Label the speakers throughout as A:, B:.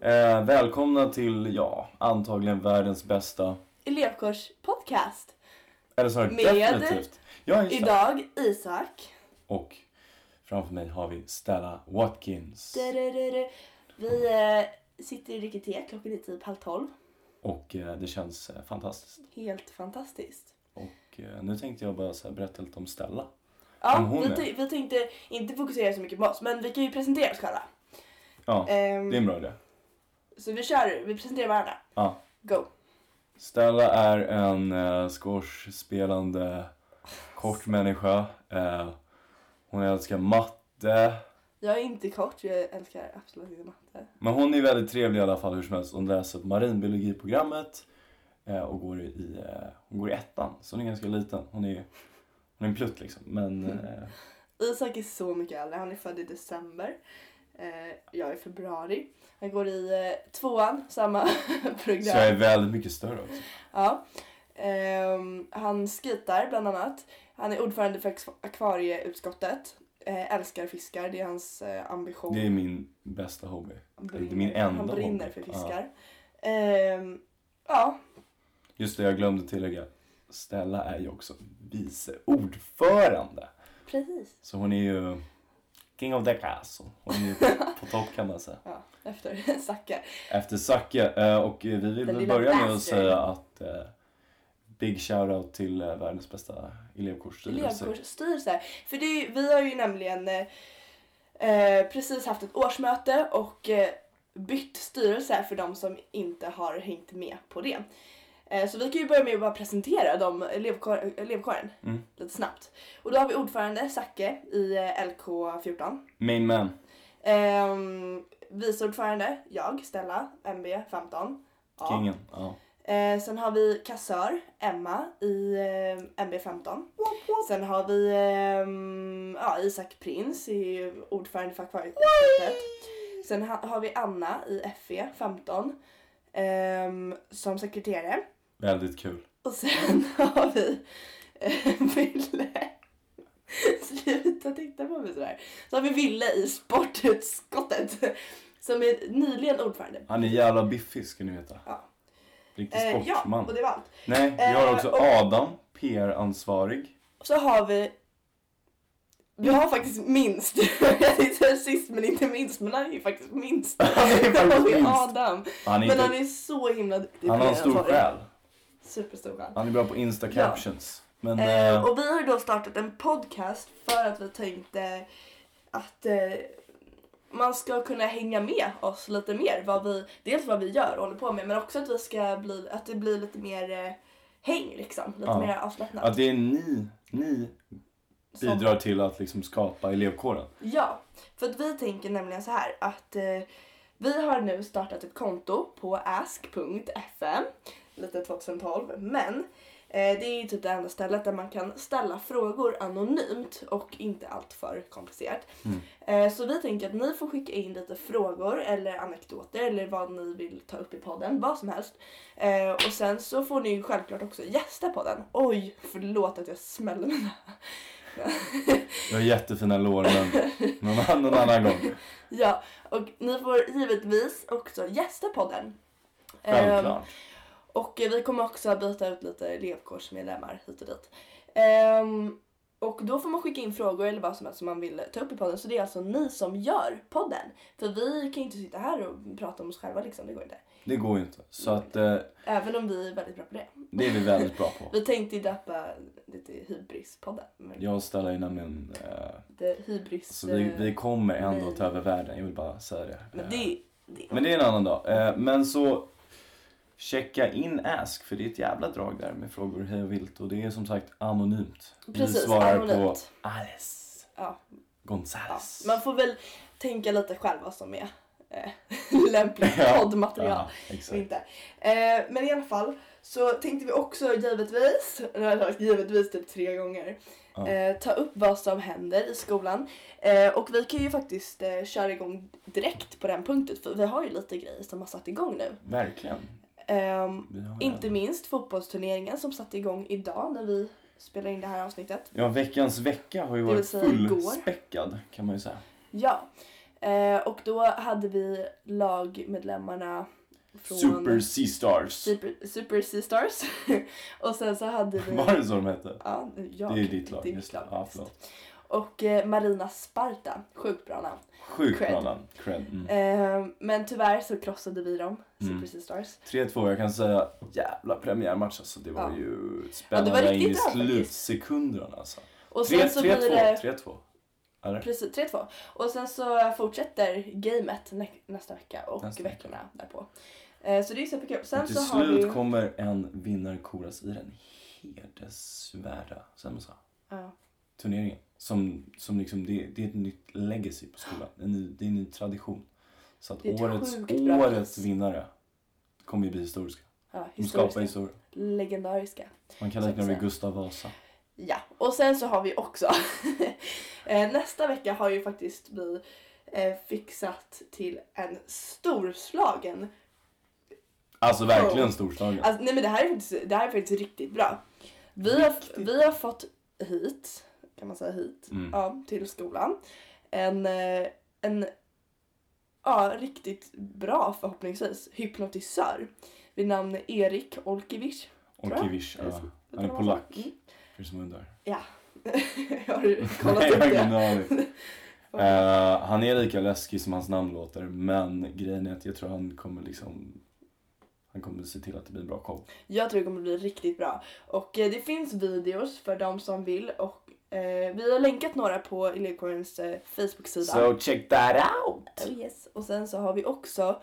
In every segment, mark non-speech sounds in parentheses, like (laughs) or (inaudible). A: Eh, välkomna till, ja, antagligen världens bästa.
B: Elevkårspodcast.
A: Eller snarare
B: Med-
A: definitivt. Ja, just det.
B: Idag Isak.
A: Och framför mig har vi Stella Watkins.
B: Dadadada. Vi eh, sitter i dricker te. Klockan är typ halv tolv.
A: Och eh, det känns eh, fantastiskt.
B: Helt fantastiskt.
A: Och eh, nu tänkte jag bara så här, berätta lite om Stella. Vem
B: Ja,
A: hon
B: vi,
A: är.
B: t- vi tänkte inte fokusera så mycket på oss, men vi kan ju presentera oss själva.
A: Ja,
B: Ehm,
A: det är en bra idé.
B: Så vi kör, vi presenterar varandra.
A: Ja.
B: Go!
A: Stella är en eh, squashspelande kort människa. Eh, hon älskar matte.
B: Jag är inte kort, jag älskar absolut inte matte.
A: Men hon är väldigt trevlig i alla fall hur som helst. Hon läser på marinbiologiprogrammet eh, och går i, eh, hon går i ettan. Så hon är ganska liten. Hon är, hon är en plutt liksom. Men eh,
B: Isak är så mycket äldre, han är född i december. Eh, jag är februari. Han går i eh, tvåan, samma (laughs) program.
A: så jag är väldigt mycket större också.
B: Ja. Ehm, han skitar bland annat. Han är ordförande för akv- akvarieutskottet. Eh, älskar fiskar, det är hans eh, ambition.
A: Det är min bästa hobby.
B: han
A: det är
B: brinner,
A: min enda
B: han brinner
A: hobby.
B: för
A: Ja.
B: fiskar. Ehm, ja,
A: Just det, jag glömde tillägga. Stella är ju också vice ordförande.
B: precis.
A: Så hon är ju king of the castle. Hon är ju på topp kan man säga.
B: Ja, efter (laughs) Zacke.
A: Efter Zacke. eh, Och eh, vi vill
B: Den
A: väl
B: lilla
A: börja med att
B: bastard.
A: säga att eh, Big shoutout till eh, världens bästa elevkårsstyrelse.
B: Elevkårsstyrelse. För det är, ju- vi har ju nämligen eh, eh, precis haft ett årsmöte och eh, bytt styrelse för de som inte har hängt med på det. Eh, så vi kan ju börja med att bara presentera de elevkår, elevkåren
A: Mm.
B: lite snabbt. Och då har vi ordförande Zacke i eh, LK14.
A: Main man.
B: Ehm, vice ordförande, jag, Stella, MB15. Ja.
A: Kingen. Ja.
B: Eh, sen har vi kassör, Emma, i eh, MB15. Sen har vi ehm, ja, Isak Prins, är ju ordförande för akvarieutskottet. Sen ha, har vi Anna i FE15 ehm, som sekreterare.
A: Väldigt kul.
B: Och sen (laughs) har vi eh, Ville. Sluta titta på mig sådär. Så har vi Ville i sportutskottet som är nyligen ordförande.
A: Han är jävla biffig ska ni veta.
B: Ja.
A: Riktig
B: Eh, ja,
A: sportman.
B: och det var allt.
A: Nej, vi har
B: eh,
A: också
B: och-
A: Adam, PR-ansvarig.
B: Så har vi vi har faktiskt minst. (laughs) Jag tänkte säga sist men inte minst. Men han är ju faktiskt
A: (laughs)
B: minst.
A: Han är faktiskt
B: Då har vi
A: minst.
B: Adam.
A: Han, är
B: Men han
A: inte,
B: är så himla duktig.
A: han
B: på
A: har en
B: det
A: stor
B: tar.
A: själ.
B: Superstor själ.
A: Han är bra på Insta-captions. Men
B: Eh,
A: eh,
B: och vi har ju då startat en podcast för att vi tänkte att eh, man ska kunna hänga med oss lite mer. Vad vi, dels vad vi gör och håller på med men också att, vi ska bli, att det blir lite mer eh, häng liksom. Lite
A: Ja.
B: mer avslappnat.
A: att det är ni, ni
B: Som-
A: bidrar till att liksom skapa elevkåren.
B: Ja, för att vi tänker nämligen så här att eh, vi har nu startat ett konto på ask.fm, lite 2012, men eh, det är ju typ det enda stället där man kan ställa frågor anonymt och inte alltför komplicerat.
A: Mm.
B: Eh, så vi tänker att ni får skicka in lite frågor eller anekdoter eller vad ni vill ta upp i podden, vad som helst. Eh, och sen så får ni ju självklart också gästa podden. Oj, förlåt att jag smällde mina
A: Jag har jättefina lår men någon, någon annan gång.
B: Ja, och ni får givetvis också gästa podden. Ehm,
A: Självklart.
B: och vi kommer också byta ut lite elevkårsmedlemmar hit och dit. Ehm, och då får man skicka in frågor eller vad som helst som man vill ta upp i podden. Så det är alltså ni som gör podden. För vi kan ju inte sitta här och prata om oss själva liksom, det går inte.
A: Det går ju inte. Så att eh,
B: Även om vi är väldigt bra på det.
A: det är vi väldigt bra på.
B: Vi tänkte ju döpa det till hybrispodden. Men
A: Jag ställer ju nämligen... Eh,
B: det hybris...
A: så vi, vi kommer ändå
B: nej.
A: ta över världen, jag vill bara säga det.
B: Men
A: Eh,
B: det, det,
A: men det är en annan dag. Eh, men så checka in Ask för det är ett jävla drag där med frågor hej och vilt. Och det är som sagt anonymt. vi
B: Precis,
A: svarar på
B: anonymt.
A: Alice
B: ja. Ja,
A: Gonzales.
B: man får väl tänka lite själv vad som är
A: (laughs)
B: eh, lämpligt
A: Ja.
B: poddmaterial.
A: Ja,
B: och
A: exakt.
B: Inte. Eh, men i alla fall så tänkte vi också givetvis, nu har jag sagt givetvis typ tre gånger,
A: Ja.
B: eh, ta upp vad som händer i skolan. Eh, och vi kan ju faktiskt eh, köra igång direkt på den punkten för vi har ju lite grejer som har satt igång nu.
A: Verkligen.
B: Ehm,
A: Vi har
B: inte minst fotbollsturneringen som satte igång idag när vi spelar in det här avsnittet.
A: Ja, veckans vecka har ju
B: Det vill
A: varit
B: säga igår.
A: fullspäckad kan man ju säga.
B: Ja, eh, och då hade vi lagmedlemmarna från Typ-
A: Super Sea Stars.
B: Super, Super Sea Stars. (laughs) och sen så hade vi...
A: Var det så de hette?
B: Ja, jag,
A: det är ditt lag.
B: Det är mitt
A: just det.
B: lag.
A: Ja,
B: visst.
A: förlåt.
B: och eh, Marina Sparta. Sjukt bra namn.
A: Sjukt
B: Cred.
A: bra namn. Cred. Mm.
B: Eh, men tyvärr så krossade vi dem, Super
A: Mm.
B: Sea Stars.
A: 3-2, jag kan säga jävla premiärmatch alltså. Det var
B: Ja.
A: ju
B: Ja, det
A: spännande
B: var
A: in i
B: riktigt bra, faktiskt.
A: slutsekunderna alltså.
B: Och sen så blir det...
A: 3-2. Eller?
B: Precis, 3-2. Och sen så fortsätter gamet nä- nästa vecka och
A: Nästa vecka.
B: veckorna därpå. Eh, så det är superkul. Sen
A: Och till
B: så har vi...
A: slut kommer en vinnare koras i den hedersvärda så här man sa,
B: Ja.
A: turneringen. Som, som liksom, det, det är ett nytt legacy på skolan. En ny, det är en ny tradition. Så att
B: Det är ett
A: årets,
B: sjukt bra
A: årets
B: pris.
A: vinnare kommer ju bli historiska.
B: Ja,
A: De skapar
B: historiska.
A: historia.
B: Legendariska.
A: Man kan
B: Så
A: likna det vid
B: att säga.
A: Gustav Vasa.
B: Ja, och sen så har vi också (laughs) eh, nästa vecka har ju faktiskt vi eh, fixat till en storslagen.
A: Alltså verkligen storslagen.
B: Alltså, nej men det här är faktiskt, det här är faktiskt riktigt bra. Vi har,
A: Riktigt.
B: vi har fått hit, kan man säga hit,
A: Mm.
B: ja, till skolan en, eh, en ja, riktigt bra förhoppningsvis hypnotisör vid namn Erik Olkiewicz.
A: Olkiewicz, ja. Han är polack. För som undrar.
B: Mm. (laughs) har du kollat
A: Nej, (laughs) jag har
B: upp det?
A: ingen aning. Eh, han är lika läskig som hans namn låter men grejen är att jag tror han kommer liksom han kommer se till att det blir en bra show.
B: Jag tror det kommer bli riktigt bra. Och eh, det finns videos för de som vill och eh, vi har länkat några på elevkårens eh, Facebook-sida.
A: So check that out!
B: Oh, yes. Och sen så har vi också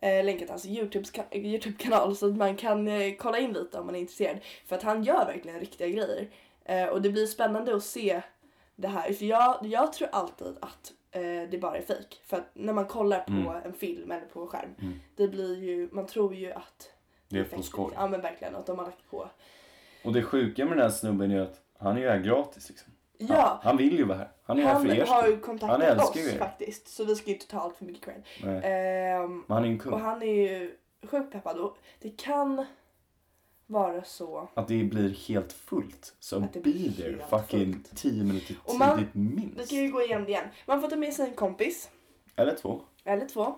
B: eh, länkat hans Youtubes- eh, Youtube-kanal så att man kan eh, kolla in lite om man är intresserad. För att han gör verkligen riktiga grejer. Eh, och det blir spännande att se det här. För jag, jag tror alltid att eh, det bara är fejk. För att när man kollar på
A: Mm.
B: en film eller på en skärm,
A: Mm.
B: det blir ju, man tror ju att
A: Det är på
B: faktiskt-
A: skoj.
B: Ja men verkligen, att de har lagt på.
A: Och det sjuka med den här snubben är att han är ju här gratis liksom.
B: Ja,
A: Han, han vill ju vara här. Han är här för
B: han
A: er
B: har
A: skull.
B: ju
A: Han
B: kontaktat
A: älskar
B: oss
A: ju er.
B: faktiskt. Så vi ska ju inte ta allt för mycket cred.
A: Nej.
B: Ehm,
A: Men han är ju en
B: och
A: kung.
B: han är ju sjukt peppad och det kan vara så.
A: Att det blir helt fullt. Så
B: Att det
A: be
B: blir
A: there
B: helt
A: fucking 10 minuter
B: Och man-
A: tidigt
B: Vi
A: minst.
B: ska ju gå igenom det igen. Man får ta med sig en kompis
A: Eller två.
B: eller två.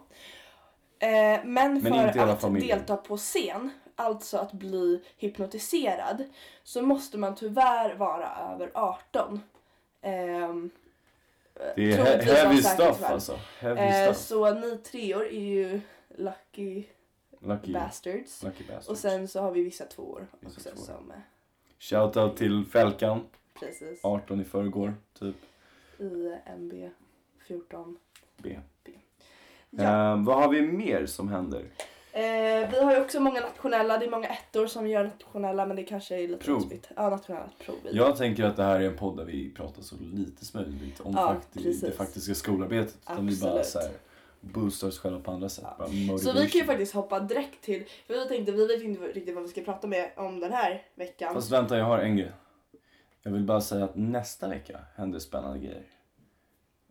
B: Eh, men för
A: inte hela
B: att
A: familjen.
B: delta på scen, alltså att bli hypnotiserad, så måste man tyvärr vara över 18. Ehm,
A: Det är
B: troligtvis
A: he- heavy
B: har säkert
A: stuff
B: tyvärr.
A: alltså. Heavy
B: eh,
A: stuff.
B: så ni treor är ju lucky
A: Lucky,
B: bastards.
A: lucky bastards.
B: Och sen så har vi vissa tvåor
A: Vissa
B: också
A: tvåor.
B: som eh,
A: Shoutout till Fälkan.
B: precis
A: 18 i förrgår, typ.
B: i eh, MB 14.
A: B.
B: Ja.
A: Ehm, vad har vi mer som händer?
B: Eh, vi har ju också många nationella, det är många ettor som gör nationella men det kanske är lite
A: Prov.
B: osmitt. Ja, nationella prov.
A: Jag tänker att det här är en podd där vi pratar så lite som möjligt om
B: Ja,
A: fakti-
B: precis.
A: det faktiska skolarbetet. Utan vi bara
B: Absolut.
A: så här, boostar oss själva på andra sätt.
B: Ja.
A: Bara
B: Så vi kan ju
A: motivation.
B: faktiskt hoppa direkt till, för vi tänkte, vi vet inte riktigt vad vi ska prata med om den här veckan.
A: Fast vänta, jag har en grej. Jag vill bara säga att nästa vecka händer spännande grejer.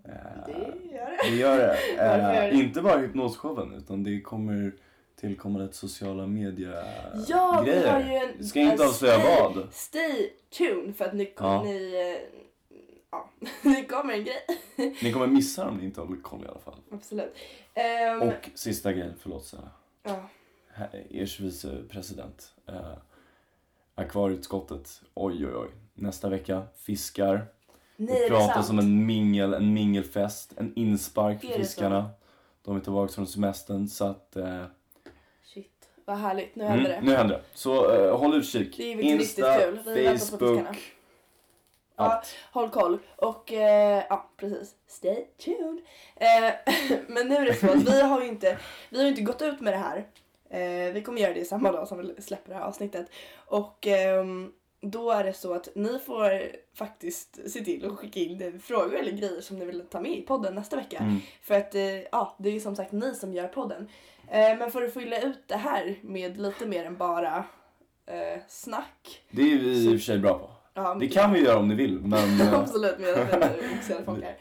A: Ehm,
B: Det gör det.
A: Vi gör det.
B: (laughs) Varför gör
A: Eh,
B: det?
A: inte bara hypnosshowen utan det kommer tillkomma lite sociala medier-grejer.
B: Ja, vi har ju Alltså- en...
A: Ska inte
B: en
A: avslöja
B: stay-
A: vad.
B: Stay tuned för att ni,
A: Ja.
B: ni, eh, ja, (laughs) det kommer en grej.
A: Ni kommer missa om ni inte håller koll i alla fall.
B: Absolut. Ehm,
A: Och sista grejen, förlåt Sara.
B: ja.
A: Här- Ers vicepresident. Eh, akvarieutskottet. Oj, oj, oj. Nästa vecka, fiskar.
B: Nej,
A: Vi
B: är det
A: pratar
B: sant?
A: som en mingel, en mingelfest. En inspark för
B: Är det så?
A: fiskarna. De är tillbaka från semestern så att... Eh,
B: Shit, vad härligt. Nu händer
A: mm,
B: det.
A: nu händer det. Så eh, håll utkik.
B: Det är ju riktigt kul. Vi väntar på
A: Facebook.
B: fiskarna. Ja,
A: Allt.
B: håll koll. Och eh, ja, precis. Stay tuned. Eh, (laughs) men nu är det så att vi har ju inte, vi har ju inte gått ut med det här. Eh, vi kommer göra det samma dag som vi släpper det här avsnittet. Och ehm, då är det så att ni får faktiskt se till att skicka in frågor eller grejer som ni vill ta med i podden nästa vecka.
A: Mm.
B: För att eh, ja, det är ju som sagt ni som gör podden. Eh, men för att fylla ut det här med lite mer än bara eh, snack.
A: Det är vi i och för sig bra på.
B: Ja,
A: Det kan vi göra om ni vill,
B: (laughs)
A: men... eh,
B: Absolut, men jag vet inte hur oxen funkar.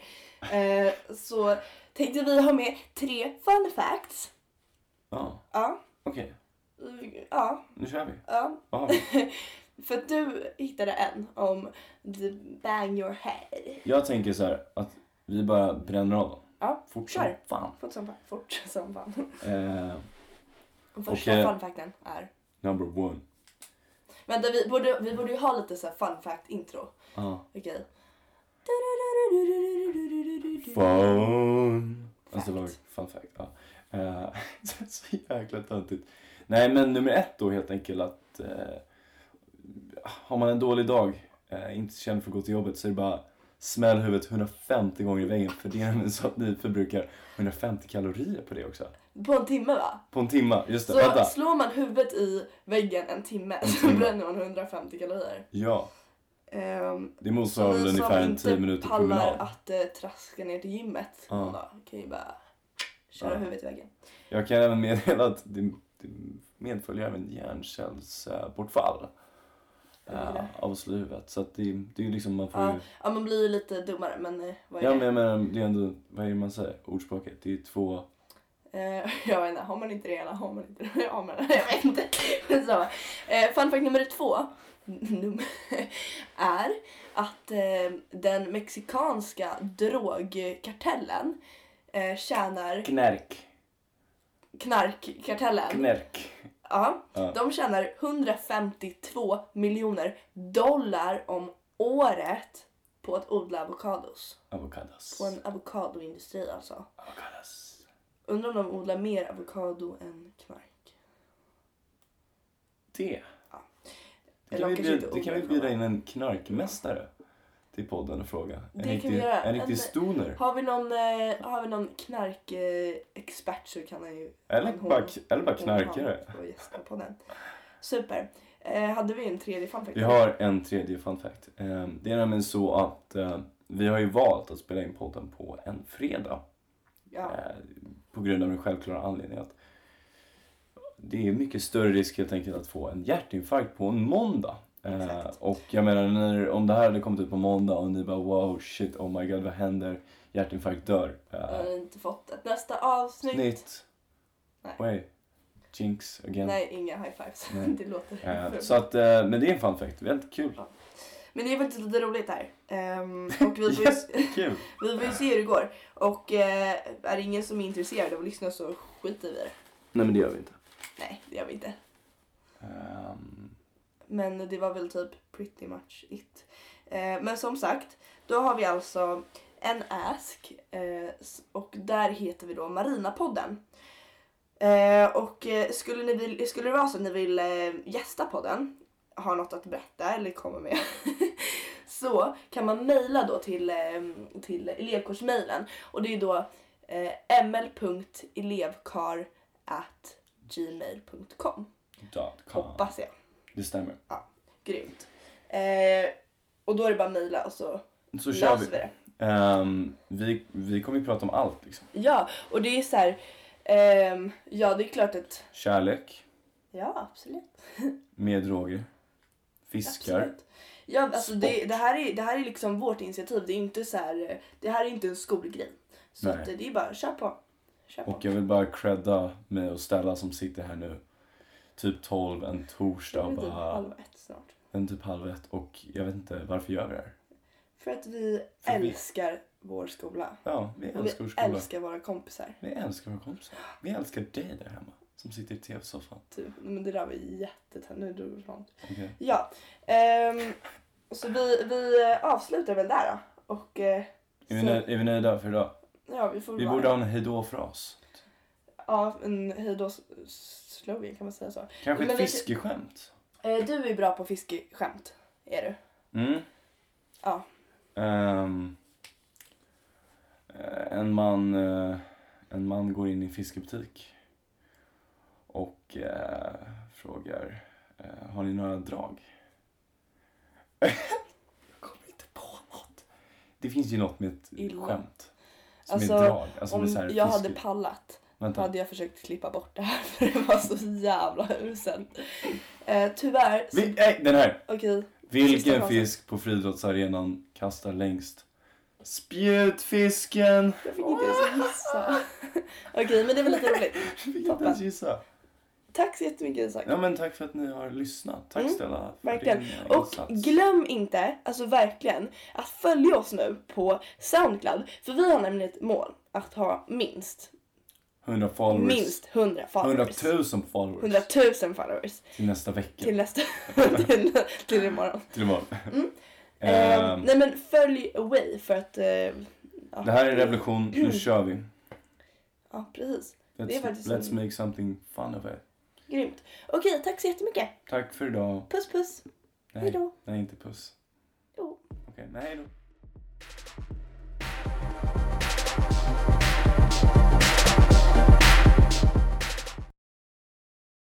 B: Eh, så tänkte vi ha med tre fun facts.
A: ja,
B: Ja,
A: okej.
B: eh, ja,
A: Nu kör vi.
B: ja.
A: Vad har vi?
B: För att du hittade en om the bang your head.
A: Jag tänker så här att vi bara bränner av dem.
B: Ja,
A: Fort
B: kör.
A: som fan.
B: Fort som fan. Fort som fan.
A: Eh,
B: Den första
A: Och, eh,
B: fun facten är...
A: Number one.
B: Vänta, vi borde, vi borde ju ha lite så här fun fact intro.
A: Ja.
B: Okej.
A: Fun. Alltså det var
B: Fact.
A: fun fact. Ja. Eh, (laughs) så- så jäkla töntigt. Nej men nummer ett då helt enkelt att eh, har man en dålig dag, eh, inte känner för att gå till jobbet så är det bara smäll huvudet 150 gånger i väggen för det är nämligen så att ni förbrukar 150 kalorier på det också.
B: På en timme va?
A: På en timme, just det.
B: Så
A: Vänta.
B: slår man huvudet i väggen en timme så
A: timme.
B: bränner man 150 kalorier.
A: Ja,
B: Ehm,
A: det motsvarar väl
B: ni som
A: ungefär en
B: inte
A: 10 minuter
B: pallar
A: promenad.
B: att eh, traska ner till gymmet
A: Ja.
B: någon dag kan ju bara köra
A: Ja.
B: huvudet i väggen.
A: Jag kan även meddela att det, det medföljer även hjärncellsbortfall
B: Vad är
A: eh, av sluvet. Så att det, det är ju liksom, man får
B: Ja.
A: ju...
B: Ja man blir ju lite dummare men eh, vad är
A: Ja
B: det?
A: men jag menar, det är ändå, vad är det man säger? Ordspråket. Det är två...
B: Eh, (laughs) jag vet inte, har man inte det ena har man inte det (laughs) har man Jag vet inte. (laughs) Skitsamma. Eh, fun fact nummer två (laughs) num- (laughs) är att eh, den mexikanska drogkartellen eh, tjänar
A: Knärk.
B: knarkkartellen.
A: Knärk.
B: Ja,
A: Ja.
B: de tjänar 152 miljoner dollar om året på att odla avokados.
A: Avocados.
B: På en avokadoindustri alltså.
A: Avocados.
B: Undrar om de odlar mer avokado än knark.
A: Det.
B: Ja.
A: Det
B: Eller
A: kan, vi
B: kanske
A: bjuda,
B: inte
A: det kan vi
B: odlar
A: bjuda
B: några.
A: in en knarkmästare till podden och fråga. En
B: Det kan vi
A: riktig,
B: göra.
A: En riktig
B: En-
A: stoner.
B: Har vi någon, eh, har vi någon knarkexpert så kan han ju...
A: Eller
B: en hon-
A: bara, eller bara knarkare.
B: hon- Och gästa på den. Super. Eh, hade vi en tredje fun fact?
A: Vi har en tredje fun fact. Eh, Det är nämligen så att eh, vi har ju valt att spela in podden på en fredag.
B: Ja.
A: Eh, På grund av den självklara anledningen att det är mycket större risk helt enkelt att få en hjärtinfarkt på en måndag. Eh,
B: Exakt.
A: Och jag menar, när, om det här hade kommit ut på måndag och ni bara wow, shit, oh my god, vad händer? Hjärtinfarkt dör. Eh,
B: Jag har inte fått ett nästa avsnitt.
A: Snitt.
B: Nej.
A: Way. Jinx again.
B: Nej, inga high fives.
A: Nej.
B: (laughs) det låter
A: Eh,
B: fult.
A: Så att, eh, men det är en fun fact. Väldigt
B: (laughs)
A: kul.
B: Men det är faktiskt lite roligt här. Ehm, och vi får,
A: Yes,
B: ju,
A: kul.
B: (laughs) vi får ju se hur det går. Och eh, är det ingen som är intresserad av att lyssna så skiter vi i det.
A: Nej men det gör vi inte.
B: Nej, det gör vi inte.
A: Ehm,
B: Men det var väl typ pretty much it. Eh, men som sagt, då har vi alltså en ask eh, s- och där heter vi då Marinapodden. Eh, och eh, skulle, ni vil- skulle det vara så att ni vill eh, gästa podden, ha något att berätta eller komma med (laughs) så kan man mejla då till, eh, till elevkårsmejlen och det är då eh, ml.elevkar@gmail.com
A: dot com.
B: hoppas jag.
A: Det stämmer.
B: Grymt. Eh, och då är det bara att mejla och så,
A: Så kör vi.
B: löser vi det.
A: Ehm, vi, vi kommer ju prata om allt liksom.
B: Ja, och det är så här. ehm, ja, det är klart att...
A: Kärlek,
B: Ja, absolut.
A: med droger, fiskar.
B: absolut. Ja, alltså det,
A: Sport.
B: det, här är, det här är liksom vårt initiativ. Det är inte så här, eh, det här är inte en skolgrej. Så
A: Nej.
B: att, eh, det är bara kör på. Kör på.
A: Och jag vill bara credda mig och Stella som sitter här nu. Typ 12 en torsdag och
B: Det är typ
A: bara...
B: halv ett snart.
A: En typ halv ett och jag vet inte varför gör vi det här?
B: För att vi
A: För vi-
B: älskar vår skola.
A: Ja, vi
B: Och vi
A: älskar vår skola.
B: älskar våra kompisar.
A: Vi älskar våra kompisar. Vi älskar dig där hemma som sitter i tv-soffan.
B: Typ. Men det där var jättetöntigt. Nu drog vi ifrån.
A: Okej.
B: Ja. ehm, så vi, vi eh, avslutar väl där då. Och eh,
A: Är, vi
B: Så-
A: nöj- är vi nöjda för idag?
B: ja, vi får
A: Vi
B: bara,
A: borde ha en hejdå-fras.
B: ja, en hejdå-slogan kan man säga så.
A: Kanske
B: Men
A: ett
B: vi-
A: fiskeskämt?
B: Eh, du är bra på fiskeskämt, är du.
A: Mm.
B: Ja.
A: Ehm, eh, en, man, eh, en man går in i en fiskebutik och eh, frågar eh, Har ni några drag? (laughs) Jag kommer inte på något. Det finns ju något med ett
B: Illa.
A: skämt. Som
B: Alltså,
A: är drag. Alltså,
B: Om
A: med så här
B: jag
A: fiske-
B: hade pallat
A: Vänta.
B: hade jag försökt klippa bort det här (laughs) för det var så jävla uselt. Eh, tyvärr. så-
A: Vi, nej, den här!
B: Okej.
A: Vilken
B: frasen.
A: fisk på friidrottsarenan kastar längst? Spjutfisken!
B: Jag fick inte ens gissa. (laughs) Okej, men det var lite roligt.
A: Jag fick inte ens gissa.
B: Tack så jättemycket Isak.
A: Ja, men tack för att ni har lyssnat. Tack
B: Mm,
A: Stella för
B: verkligen.
A: din eh,
B: Och
A: insats.
B: glöm inte, alltså verkligen, att följa oss nu på Soundcloud. För vi har nämligen ett mål att ha minst
A: 100 followers.
B: Minst 100 followers.
A: 100 000 followers
B: 100 000 followers.
A: till nästa vecka.
B: Till nästa... (laughs) till, till imorgon.
A: Till imorgon. (laughs)
B: Mm.
A: Ehm,
B: Ehm, nej men följ Away för att... ehm, ja.
A: det här är en revolution,
B: (clears throat)
A: nu kör vi.
B: Ja precis. Det är
A: Let's,
B: faktiskt
A: let's
B: en-
A: make something fun of it.
B: Grymt. Okej, tack så jättemycket.
A: Tack för idag.
B: Puss puss.
A: Nej,
B: Hejdå.
A: nej inte puss.
B: Jo.
A: Okej, nej då.